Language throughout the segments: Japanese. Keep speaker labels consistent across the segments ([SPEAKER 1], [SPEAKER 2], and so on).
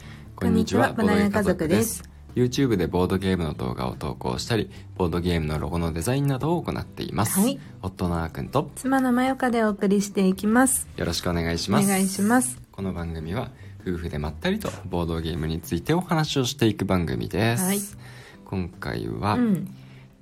[SPEAKER 1] にちは、
[SPEAKER 2] こんにちはボードゲーム家族です
[SPEAKER 1] YouTube でボードゲームの動画を投稿したり、ボードゲームのロゴのデザインなどを行っています。
[SPEAKER 2] はい
[SPEAKER 1] 夫のあーくんと、
[SPEAKER 2] 妻のまよかでお送りしていきます
[SPEAKER 1] よろしくお願いし
[SPEAKER 2] お
[SPEAKER 1] ます。
[SPEAKER 2] 願いします
[SPEAKER 1] この番組は、夫婦でまったりとボードゲームについてお話をしていく番組です。
[SPEAKER 2] はい
[SPEAKER 1] 今回は、
[SPEAKER 2] うん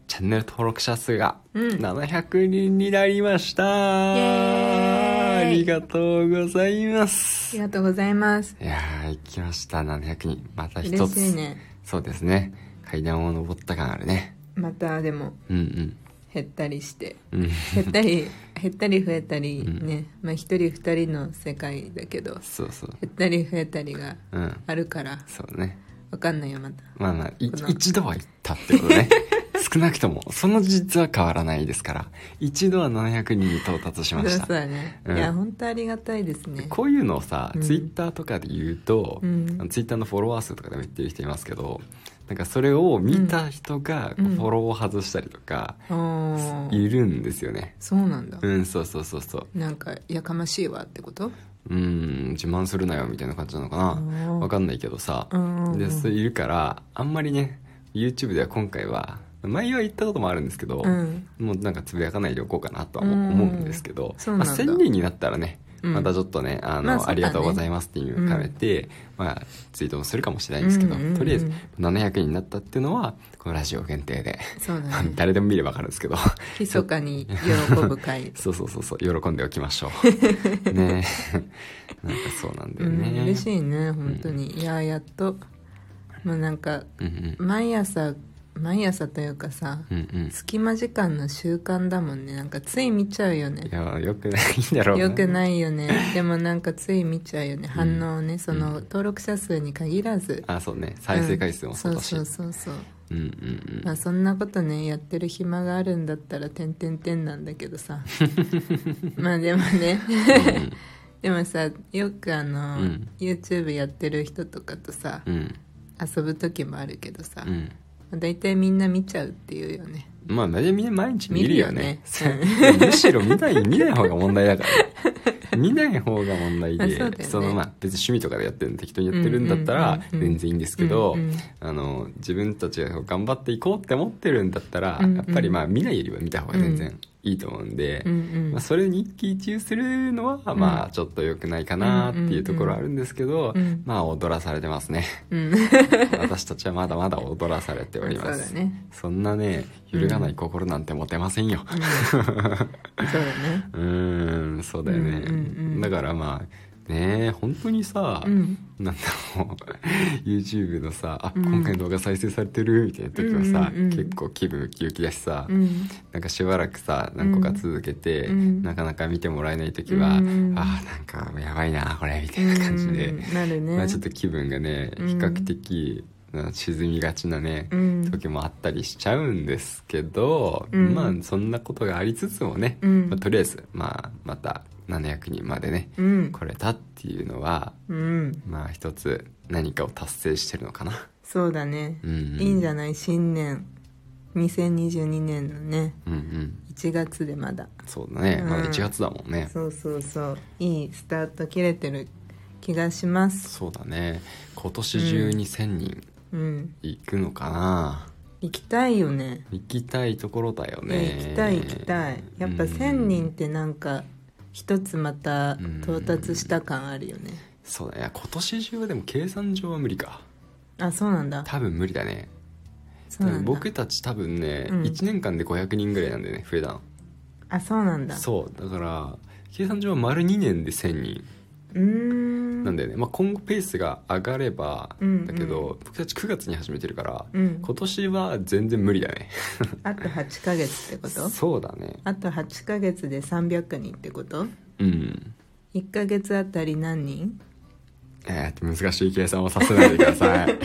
[SPEAKER 1] チャンネル登録者数が
[SPEAKER 2] うん
[SPEAKER 1] 700人になりました、
[SPEAKER 2] イエーイ
[SPEAKER 1] ありがとうございま
[SPEAKER 2] あ
[SPEAKER 1] す
[SPEAKER 2] りがとうございます
[SPEAKER 1] いやー行きました700人また一
[SPEAKER 2] 嬉
[SPEAKER 1] つ
[SPEAKER 2] しいね
[SPEAKER 1] そうですね階段を登った感あるね
[SPEAKER 2] またでも
[SPEAKER 1] うん
[SPEAKER 2] 減ったりして
[SPEAKER 1] うんうん
[SPEAKER 2] 減った り減ったり増えたり
[SPEAKER 1] うん
[SPEAKER 2] ね、まあ一人二人の世界だけど
[SPEAKER 1] そうそう
[SPEAKER 2] 減ったり増えたりが
[SPEAKER 1] うん
[SPEAKER 2] あるから
[SPEAKER 1] そうね
[SPEAKER 2] わかんないよまた
[SPEAKER 1] まあまあい
[SPEAKER 2] この
[SPEAKER 1] 一度は行ったってこと ね少なくともその事実は変わらないですから一度は700人に到達しまし
[SPEAKER 2] そうそう
[SPEAKER 1] た
[SPEAKER 2] だね、
[SPEAKER 1] うん
[SPEAKER 2] いや本当ありがたいですね
[SPEAKER 1] こういうのをさ、
[SPEAKER 2] うん
[SPEAKER 1] ツイッターとかで言うと、
[SPEAKER 2] うん
[SPEAKER 1] あのツイッターのフォロワー数とかでも言ってる人いますけどなんかそれを見た人がこう
[SPEAKER 2] うん
[SPEAKER 1] フォローを外したりとか
[SPEAKER 2] あー
[SPEAKER 1] いるんですよね、
[SPEAKER 2] そうなんだ、
[SPEAKER 1] うんそうそうそうそう
[SPEAKER 2] なんかやかましいわってこと
[SPEAKER 1] うん自慢するなよみたいな感じなのかな
[SPEAKER 2] うん
[SPEAKER 1] わかんないけどさ
[SPEAKER 2] うんうんうん
[SPEAKER 1] でそういるからあんまりね YouTube では今回は前は言ったこともあるんですけど、
[SPEAKER 2] うん
[SPEAKER 1] もうなんかつぶやかないでおこうかなとは
[SPEAKER 2] うん
[SPEAKER 1] 思思うんですけど、
[SPEAKER 2] そう
[SPEAKER 1] ま
[SPEAKER 2] な
[SPEAKER 1] あ、
[SPEAKER 2] んだ
[SPEAKER 1] 1000人になったらね、
[SPEAKER 2] うん
[SPEAKER 1] またちょっとねあの、
[SPEAKER 2] まあ
[SPEAKER 1] あ
[SPEAKER 2] そうだね
[SPEAKER 1] りがとうございますっていうのを兼ねて、まあ、ツイートもするかもしれないんですけど、
[SPEAKER 2] うんうんうん
[SPEAKER 1] とりあえず700人になったっていうのはこのラジオ限定で、
[SPEAKER 2] そうだ ね
[SPEAKER 1] 誰でも見ればわかるんですけど
[SPEAKER 2] 密かに喜ぶ会
[SPEAKER 1] そうそうそうそう喜んでおきましょう ね えなんかそうなんだ
[SPEAKER 2] う
[SPEAKER 1] よ
[SPEAKER 2] ん
[SPEAKER 1] ね、
[SPEAKER 2] 嬉しいね本当に、いややっともうなんか
[SPEAKER 1] うんうん
[SPEAKER 2] 毎朝毎朝というかさ、
[SPEAKER 1] うんうん
[SPEAKER 2] 隙間時間の習慣だもんねなんかつい見ちゃうよね
[SPEAKER 1] いやよくないんだろう
[SPEAKER 2] よく
[SPEAKER 1] い
[SPEAKER 2] ないよねでもなんかつい見ちゃうよね反応をねその登録者数に限らず
[SPEAKER 1] あそうね再生回数もそうだし、う
[SPEAKER 2] う
[SPEAKER 1] んん、
[SPEAKER 2] そうそうそうそう
[SPEAKER 1] うんうん
[SPEAKER 2] まあそんなことねやってる暇があるんだったら点点点なんだけ どさまあでもね でもさよくあの、
[SPEAKER 1] うん
[SPEAKER 2] YouTube やってる人とかとさ、
[SPEAKER 1] うんうん
[SPEAKER 2] 遊ぶ時もあるけどさ、
[SPEAKER 1] う
[SPEAKER 2] ま
[SPEAKER 1] ん
[SPEAKER 2] あ大体みんな見ちゃうっていうよね
[SPEAKER 1] まあ、みんな毎日見るよね。
[SPEAKER 2] 見るよ
[SPEAKER 1] むしろ見ない、見ない方が問題だから ね。見ない方が問題
[SPEAKER 2] あ
[SPEAKER 1] で、
[SPEAKER 2] そうだよね
[SPEAKER 1] そのまあ別に趣味とかでやってるの適当にやってるんだった
[SPEAKER 2] うん
[SPEAKER 1] ら
[SPEAKER 2] うんうんうん
[SPEAKER 1] 全然いいんですけど、
[SPEAKER 2] うんうん
[SPEAKER 1] あの自分たちが頑張っていこうって思ってるんだったら、
[SPEAKER 2] うんうん
[SPEAKER 1] やっぱりまあ見ないよりは見た方が全然いいと思うんで、
[SPEAKER 2] うんうん
[SPEAKER 1] まあ、それに一喜一憂するのはまあちょっと良くないかなっていうところあるんですけど、
[SPEAKER 2] うん
[SPEAKER 1] まあ踊らされてます ね。
[SPEAKER 2] うん
[SPEAKER 1] 私たちはまだまだ踊らされております
[SPEAKER 2] そうだね
[SPEAKER 1] そんなね揺るがない心なんて持てませんよ
[SPEAKER 2] そう だね
[SPEAKER 1] うーんそうだよね、
[SPEAKER 2] うんうんうん
[SPEAKER 1] だからまあねえ本当にさ、
[SPEAKER 2] うん
[SPEAKER 1] なんだろう YouTube のさ「あ、
[SPEAKER 2] うん
[SPEAKER 1] 今回の動画再生されてる」みたいな時はさ、
[SPEAKER 2] うんうんうん
[SPEAKER 1] 結構気分ウキウキだしさ、
[SPEAKER 2] うん
[SPEAKER 1] なんかしばらくさ何個か続けて、
[SPEAKER 2] うん
[SPEAKER 1] なかなか見てもらえない時は「
[SPEAKER 2] うん
[SPEAKER 1] あーなんかやばいなこれ」みたいな感じで、
[SPEAKER 2] うんなるね、
[SPEAKER 1] まあ、ちょっと気分がね比
[SPEAKER 2] うん
[SPEAKER 1] 較的な沈みがちなね、
[SPEAKER 2] うん
[SPEAKER 1] 時もあったりしちゃうんですけど、
[SPEAKER 2] うん
[SPEAKER 1] まあそんなことがありつつもね、
[SPEAKER 2] うん
[SPEAKER 1] まあとりあえず、まあ、また700人までね、
[SPEAKER 2] うん
[SPEAKER 1] 来れたっていうのは
[SPEAKER 2] うん
[SPEAKER 1] まあ一つ何かを達成してるのかな。
[SPEAKER 2] そうだね、
[SPEAKER 1] うん
[SPEAKER 2] いいんじゃない新年2022年のね
[SPEAKER 1] うんうん、
[SPEAKER 2] 1月でまだ
[SPEAKER 1] そうだね、
[SPEAKER 2] うん
[SPEAKER 1] まだ1月だもんね。
[SPEAKER 2] そうそうそういいスタート切れてる気がします
[SPEAKER 1] そうだね今年中に1,000人
[SPEAKER 2] うん
[SPEAKER 1] 行くのかな、
[SPEAKER 2] 行きたいよね
[SPEAKER 1] 行きたいところだよ
[SPEAKER 2] ね
[SPEAKER 1] ね
[SPEAKER 2] 行きたい行きたいやっぱ1,000人ってなんか一つまた到達した感あるよね
[SPEAKER 1] そうだね今年中はでも計算上は無理か
[SPEAKER 2] あそうなんだ
[SPEAKER 1] 多分無理だね
[SPEAKER 2] そうなんだ
[SPEAKER 1] 僕たち多分ね、
[SPEAKER 2] うん
[SPEAKER 1] 1年間で500人ぐらいなんでね増えたの
[SPEAKER 2] あそうなんだ
[SPEAKER 1] そうだから計算上は丸2年で1000人
[SPEAKER 2] うーん
[SPEAKER 1] なんだよね、まあ、今後ペースが上がれば
[SPEAKER 2] うんうん
[SPEAKER 1] だけど、僕たち9月に始めてるから、
[SPEAKER 2] うん
[SPEAKER 1] 今年は全然無理だね
[SPEAKER 2] あと8ヶ月ってこと
[SPEAKER 1] そうだね
[SPEAKER 2] あと8ヶ月で300人ってこと
[SPEAKER 1] うん
[SPEAKER 2] 1ヶ月あたり何人
[SPEAKER 1] えー、難しい計算をさせないでくださ い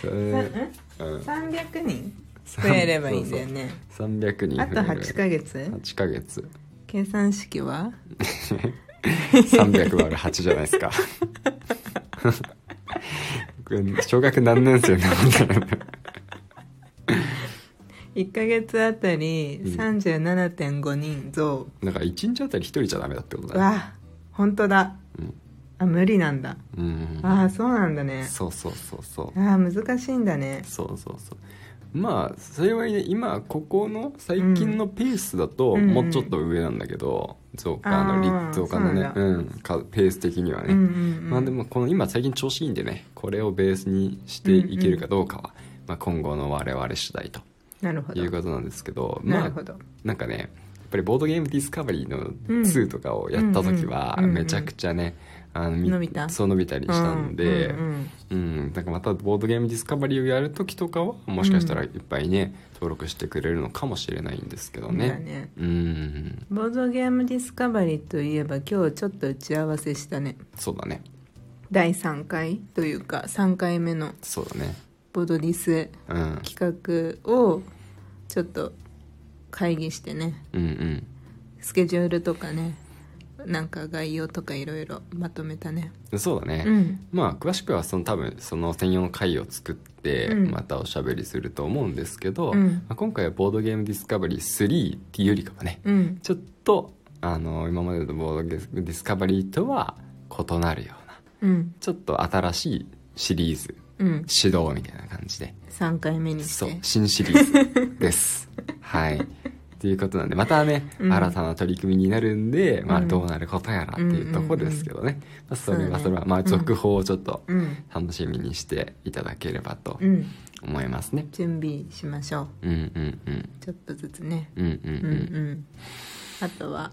[SPEAKER 1] それうん
[SPEAKER 2] 300人増えればいいんだよね
[SPEAKER 1] 300人
[SPEAKER 2] あと8ヶ月
[SPEAKER 1] 8ヶ月
[SPEAKER 2] 計算式は
[SPEAKER 1] 300割る8じゃないですか これ小学何年生なの
[SPEAKER 2] 1ヶ月あたり37.5人増、
[SPEAKER 1] なんか1日あたり1人じゃダメだってことだね
[SPEAKER 2] わあ本当だ、
[SPEAKER 1] うん
[SPEAKER 2] あ無理なんだ
[SPEAKER 1] うん
[SPEAKER 2] ああそうなんだね
[SPEAKER 1] そうそうそうそう
[SPEAKER 2] ああ難しいんだね
[SPEAKER 1] そうそうそうまあ幸いね今ここの最近のペースだと、
[SPEAKER 2] うん
[SPEAKER 1] もうちょっと上なんだけど増加の
[SPEAKER 2] あー
[SPEAKER 1] 立増加の
[SPEAKER 2] そうな
[SPEAKER 1] ね
[SPEAKER 2] んだ
[SPEAKER 1] うん、かペース的にはね、
[SPEAKER 2] うんうんうん
[SPEAKER 1] まあでもこの今最近調子いいんでねこれをベースにしていけるかどうかは、まあ、今後の我々次第と
[SPEAKER 2] なるほど
[SPEAKER 1] いうことなんですけど
[SPEAKER 2] な
[SPEAKER 1] ま
[SPEAKER 2] る
[SPEAKER 1] あ
[SPEAKER 2] ほど、
[SPEAKER 1] なんかねやっぱりボードゲームディスカバリーの
[SPEAKER 2] うん
[SPEAKER 1] 2とかをやった時は
[SPEAKER 2] うんうん
[SPEAKER 1] めちゃくちゃね、あのみ
[SPEAKER 2] 伸びた
[SPEAKER 1] そう伸びたりしたんで、
[SPEAKER 2] うんうん
[SPEAKER 1] うん、なんかまたボードゲームディスカバリーをやるときとかはもしかしたらいっぱいね、登録してくれるのかもしれないんですけど
[SPEAKER 2] うんだ
[SPEAKER 1] ね。
[SPEAKER 2] ね
[SPEAKER 1] うん、
[SPEAKER 2] ボードゲームディスカバリーといえば今日ちょっと打ち合わせしたね
[SPEAKER 1] そうだね。
[SPEAKER 2] 第3回というか3回目の
[SPEAKER 1] そうだね。
[SPEAKER 2] ボードディス
[SPEAKER 1] うん、
[SPEAKER 2] 企画をちょっと会議してね
[SPEAKER 1] うん、うん。
[SPEAKER 2] スケジュールとかねなんか概要とかいろいろまとめたね
[SPEAKER 1] そうだね。
[SPEAKER 2] うん
[SPEAKER 1] まあ詳しくはその多分その専用の回を作って
[SPEAKER 2] うん
[SPEAKER 1] またおしゃべりすると思うんですけど、
[SPEAKER 2] うん
[SPEAKER 1] まあ、今回はボードゲームディスカバリー3っていうよりかはね、
[SPEAKER 2] うん
[SPEAKER 1] ちょっとあの今までのボードゲームディスカバリーとは異なるような
[SPEAKER 2] うん
[SPEAKER 1] ちょっと新しいシリーズ
[SPEAKER 2] うん
[SPEAKER 1] 指導みたいな感じで
[SPEAKER 2] 3回目にし
[SPEAKER 1] そう
[SPEAKER 2] て
[SPEAKER 1] 新シリーズです はいということなんでまたね、
[SPEAKER 2] うん
[SPEAKER 1] 新たな取り組みになるんで、まあ、
[SPEAKER 2] うん
[SPEAKER 1] どうなることやらっていうとこですけどね、まあ、それはそれは、まあ、
[SPEAKER 2] そうだね
[SPEAKER 1] 続報をちょっと
[SPEAKER 2] うん
[SPEAKER 1] 楽しみにしていただければと
[SPEAKER 2] うん
[SPEAKER 1] 思いますね、
[SPEAKER 2] 準備しましょう
[SPEAKER 1] うん、うんうん
[SPEAKER 2] ちょっとずつね
[SPEAKER 1] うんうんうん
[SPEAKER 2] うんうんあとは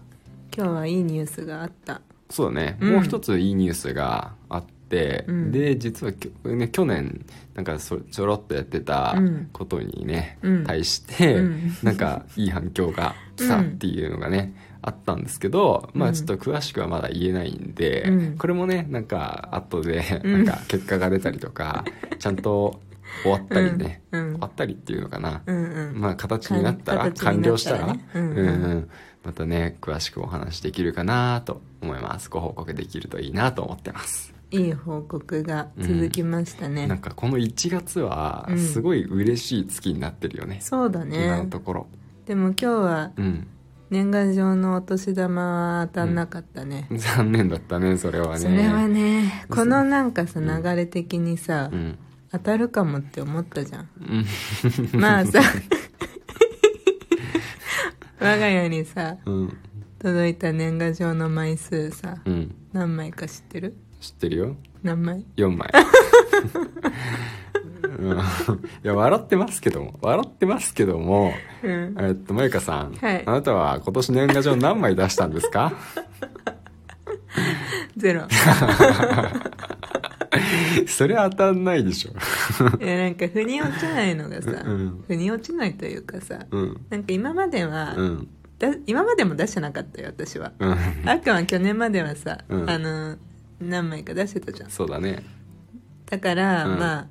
[SPEAKER 2] 今日はいいニュースがあった
[SPEAKER 1] そうだね、
[SPEAKER 2] うん
[SPEAKER 1] もう一ついいニュースがあって、
[SPEAKER 2] うん
[SPEAKER 1] で実はきょ、ね、去年なんかそちょろっとやってた
[SPEAKER 2] うん
[SPEAKER 1] ことにね、
[SPEAKER 2] うん
[SPEAKER 1] 対して、
[SPEAKER 2] うん
[SPEAKER 1] なんかいい反響が来たっていうのがね、あったんですけど、ま
[SPEAKER 2] う
[SPEAKER 1] あ
[SPEAKER 2] ん
[SPEAKER 1] ちょっと詳しくはまだ言えないんで、
[SPEAKER 2] うん
[SPEAKER 1] これもねなんか後で
[SPEAKER 2] う
[SPEAKER 1] なん
[SPEAKER 2] ん
[SPEAKER 1] か結果が出たりとか、ちゃんと終わったりね、
[SPEAKER 2] うんうん
[SPEAKER 1] 終わったりっていうのかな、
[SPEAKER 2] うんうん
[SPEAKER 1] まあ形になったら
[SPEAKER 2] かん形に
[SPEAKER 1] 完
[SPEAKER 2] な
[SPEAKER 1] 了
[SPEAKER 2] っ
[SPEAKER 1] したた
[SPEAKER 2] ら
[SPEAKER 1] ら、
[SPEAKER 2] ね
[SPEAKER 1] うん
[SPEAKER 2] うんうん
[SPEAKER 1] うんまたね詳しくお話できるかなと思いますご報告できるといいなと思ってます、
[SPEAKER 2] いい報告が続きましたね、
[SPEAKER 1] なんかこの1月は
[SPEAKER 2] うん
[SPEAKER 1] すごい嬉しい月になってるよね、
[SPEAKER 2] そうだ
[SPEAKER 1] 今
[SPEAKER 2] ね
[SPEAKER 1] のところ
[SPEAKER 2] でも今日は
[SPEAKER 1] うん
[SPEAKER 2] 年賀状のお年玉は当たんなかったね、
[SPEAKER 1] 残念だったねそれはね
[SPEAKER 2] それはねこのなんかさ
[SPEAKER 1] うん
[SPEAKER 2] 流れ的にさ、
[SPEAKER 1] うん
[SPEAKER 2] 当たるかもって思ったじゃん
[SPEAKER 1] うん
[SPEAKER 2] ま あさ我が家にさ
[SPEAKER 1] うん
[SPEAKER 2] 届いた年賀状の枚数さ
[SPEAKER 1] うん
[SPEAKER 2] 何枚か知ってる
[SPEAKER 1] 知ってるよ
[SPEAKER 2] 何枚
[SPEAKER 1] 4枚うんいや笑ってますけども笑ってますけども
[SPEAKER 2] うん
[SPEAKER 1] えっと、まゆかさん、
[SPEAKER 2] はい
[SPEAKER 1] あなたは今年年賀状何枚出したんですか
[SPEAKER 2] ゼ ロ
[SPEAKER 1] それ当たんないでしょ。
[SPEAKER 2] いやなんか腑に落ちないのがさ、
[SPEAKER 1] うん
[SPEAKER 2] 腑に落ちないというかさ、
[SPEAKER 1] うん。
[SPEAKER 2] なんか今までは、
[SPEAKER 1] うん。
[SPEAKER 2] だ今までも出してなかったよ私は
[SPEAKER 1] うん。
[SPEAKER 2] あっくんは去年まではさ、
[SPEAKER 1] うん
[SPEAKER 2] あの何枚か出してたじゃん
[SPEAKER 1] そうだね。
[SPEAKER 2] だから、
[SPEAKER 1] うん
[SPEAKER 2] まあ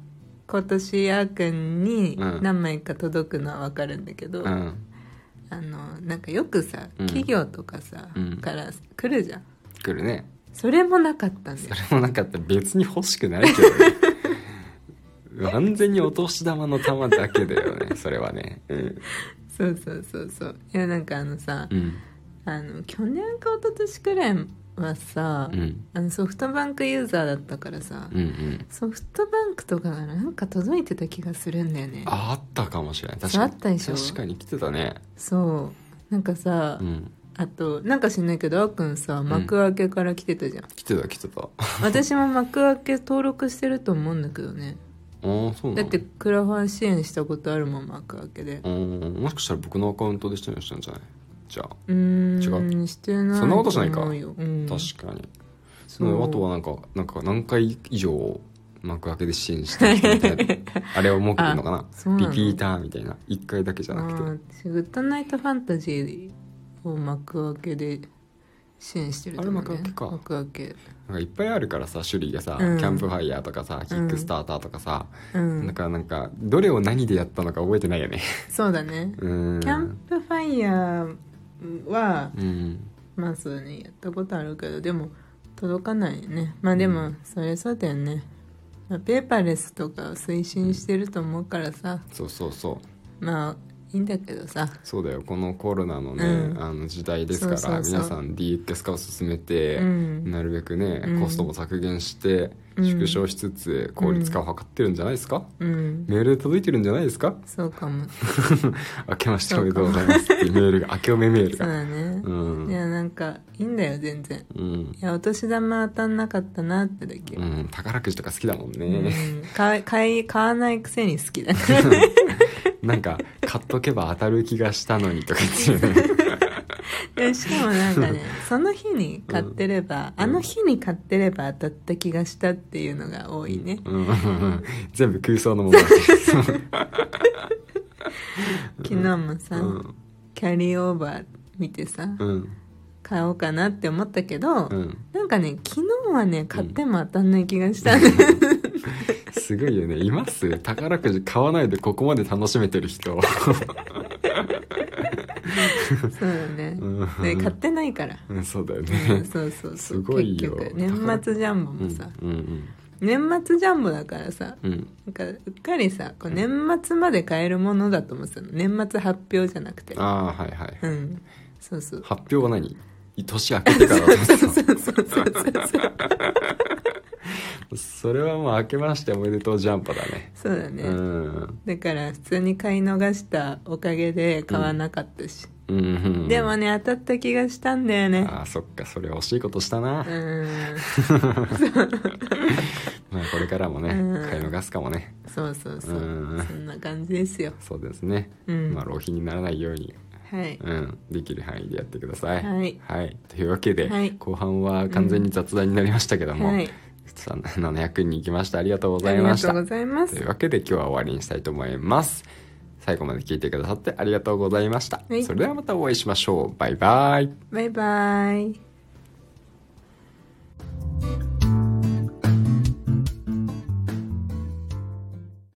[SPEAKER 2] 今年あっくんに
[SPEAKER 1] うん
[SPEAKER 2] 何枚か届くのは分かるんだけど、
[SPEAKER 1] うん。
[SPEAKER 2] あのなんかよくさ
[SPEAKER 1] うん
[SPEAKER 2] 企業とかさ、
[SPEAKER 1] うん
[SPEAKER 2] から来るじゃん
[SPEAKER 1] 来るね。
[SPEAKER 2] それもなかったんだ
[SPEAKER 1] そ
[SPEAKER 2] よ
[SPEAKER 1] れもなかった。別に欲しくないけど ね。完全にお年玉の玉だけだよね。それはね。うん。
[SPEAKER 2] そうそうそうそういやなんかあのさ、
[SPEAKER 1] うん。
[SPEAKER 2] あの去年か一昨年くらいはさ、
[SPEAKER 1] うん。
[SPEAKER 2] あのソフトバンクユーザーだったからさ、
[SPEAKER 1] うんうん。
[SPEAKER 2] ソフトバンクとかがなんか届いてた気がするんだよね
[SPEAKER 1] ああったかもしれない。確
[SPEAKER 2] そう
[SPEAKER 1] か
[SPEAKER 2] あ
[SPEAKER 1] に。
[SPEAKER 2] ったでしょ
[SPEAKER 1] 確かに来てたね。
[SPEAKER 2] そうなんかさ、
[SPEAKER 1] うん。
[SPEAKER 2] あとなんか知んないけどあっくんさ幕開けから来てたじゃん、
[SPEAKER 1] 来てた来てた。あ
[SPEAKER 2] 私も幕開け登録してると思うんだけどね
[SPEAKER 1] あ、そうな
[SPEAKER 2] だ
[SPEAKER 1] の
[SPEAKER 2] ってクラファン支援したことあるもん幕開けで
[SPEAKER 1] うん。もしかしたら僕のアカウントでしたんじゃないじゃあ。
[SPEAKER 2] うーんしてない
[SPEAKER 1] そんなことしないか
[SPEAKER 2] 思うようん、
[SPEAKER 1] 確かに。そ
[SPEAKER 2] そう
[SPEAKER 1] のあとはなんかなんか何回以上幕開けで支援してきたみたい なあれを設けてるのか
[SPEAKER 2] そう
[SPEAKER 1] な
[SPEAKER 2] な
[SPEAKER 1] リ
[SPEAKER 2] の
[SPEAKER 1] ピーターみたいな1回だけじゃな
[SPEAKER 2] あ
[SPEAKER 1] くて
[SPEAKER 2] ー私グッドナイトファンタジーを幕開けで支援してると思う、ね、
[SPEAKER 1] あれ幕開けか
[SPEAKER 2] 幕開
[SPEAKER 1] なんかいっぱいあるからさ種類がさ、
[SPEAKER 2] うん
[SPEAKER 1] キャンプファイヤーとかさキックスターターとかさ、
[SPEAKER 2] けうん
[SPEAKER 1] なんかなんかどれを何でやったのか覚えてないよね
[SPEAKER 2] そうだね
[SPEAKER 1] うん
[SPEAKER 2] キャンプファイヤーは
[SPEAKER 1] うん
[SPEAKER 2] まあそうだねやったことあるけどでも届かないよねまあでもそれそうだよね、まあ、ペーパーレスとかを推進してると思うからさ
[SPEAKER 1] そうそうそ
[SPEAKER 2] まあいいんだけどさ
[SPEAKER 1] そうだよこのコロナのね、
[SPEAKER 2] うん
[SPEAKER 1] あの時代ですから
[SPEAKER 2] そうそうそう
[SPEAKER 1] 皆さん DX 化を進めて、
[SPEAKER 2] うん
[SPEAKER 1] なるべくね、
[SPEAKER 2] うん
[SPEAKER 1] コストも削減して、
[SPEAKER 2] うん
[SPEAKER 1] 縮小しつつ効率化を図ってるんじゃないですか、
[SPEAKER 2] うん
[SPEAKER 1] メールで届いてるんじゃないですか
[SPEAKER 2] そうかも
[SPEAKER 1] 明けましておめでとうございますっていうメールが明けおめメール
[SPEAKER 2] そう
[SPEAKER 1] が
[SPEAKER 2] だね
[SPEAKER 1] う、
[SPEAKER 2] い
[SPEAKER 1] ん
[SPEAKER 2] やなんかいいんだよ全然
[SPEAKER 1] うん、
[SPEAKER 2] いやお年玉当たんなかったなってだけ、
[SPEAKER 1] うん、宝くじとか好きだもん
[SPEAKER 2] う
[SPEAKER 1] ね、
[SPEAKER 2] ん買い買い買わないくせに好きだ から
[SPEAKER 1] なんか買っとけば当たる気がしたのにとか言ってね
[SPEAKER 2] でしかもなんかねその日に買ってれば、あの日に買ってれば当たった気がしたっていうのが多いね、
[SPEAKER 1] うんうんうん全部空想のものだけど
[SPEAKER 2] 昨日もさ、
[SPEAKER 1] うん
[SPEAKER 2] キャリーオーバー見てさ、
[SPEAKER 1] うん
[SPEAKER 2] 買おうかなって思ったけど、
[SPEAKER 1] うん
[SPEAKER 2] なんかね昨日はね買っても当たんない気がした ね、
[SPEAKER 1] すごいよねいます宝くじ買わないでここまで楽しめてる人
[SPEAKER 2] そうだね、
[SPEAKER 1] うん
[SPEAKER 2] で買ってないから、
[SPEAKER 1] うんそうだよ
[SPEAKER 2] うん
[SPEAKER 1] ね
[SPEAKER 2] そうそうそ
[SPEAKER 1] す
[SPEAKER 2] う
[SPEAKER 1] ごいよ
[SPEAKER 2] 結局年末ジャンボもさ、
[SPEAKER 1] うんうん
[SPEAKER 2] 年末ジャンボだからさ
[SPEAKER 1] うんうん
[SPEAKER 2] なんかうっかりさこう年末まで買えるものだと思ってたの年末発表じゃなくて
[SPEAKER 1] ああはいはい、
[SPEAKER 2] うんそうそう
[SPEAKER 1] 発表は何年明けてからだと思って
[SPEAKER 2] そうそうそうそう
[SPEAKER 1] たそれはもう明けましておめでとうジャンパだね
[SPEAKER 2] そうだね、
[SPEAKER 1] うん
[SPEAKER 2] だから普通に買い逃したおかげで買わなかったし、
[SPEAKER 1] うんうん
[SPEAKER 2] でもね当たった気がしたんだよね
[SPEAKER 1] ああそっかそれは惜しいことしたな、
[SPEAKER 2] うん
[SPEAKER 1] まあこれからもね、
[SPEAKER 2] うん
[SPEAKER 1] 買い逃すかもね
[SPEAKER 2] そうそうそう、
[SPEAKER 1] うん
[SPEAKER 2] そんな感じですよ
[SPEAKER 1] そうですね、
[SPEAKER 2] うん
[SPEAKER 1] まあ浪費にならないように
[SPEAKER 2] はい、
[SPEAKER 1] うん、できる範囲でやってください。
[SPEAKER 2] はい
[SPEAKER 1] というわけで、
[SPEAKER 2] はい
[SPEAKER 1] 後半は完全に雑談になりましたけども、
[SPEAKER 2] はい
[SPEAKER 1] さ700人行きました。ありがとうござ
[SPEAKER 2] あ
[SPEAKER 1] い
[SPEAKER 2] り
[SPEAKER 1] ま
[SPEAKER 2] が
[SPEAKER 1] し
[SPEAKER 2] と
[SPEAKER 1] た。
[SPEAKER 2] うございます
[SPEAKER 1] というわけで今日は終わりにしたいと思います。最後まで聞いてくださってありがとうございました。
[SPEAKER 2] はい
[SPEAKER 1] それではまたお会いしましょう。バイバイ。
[SPEAKER 2] バイバイ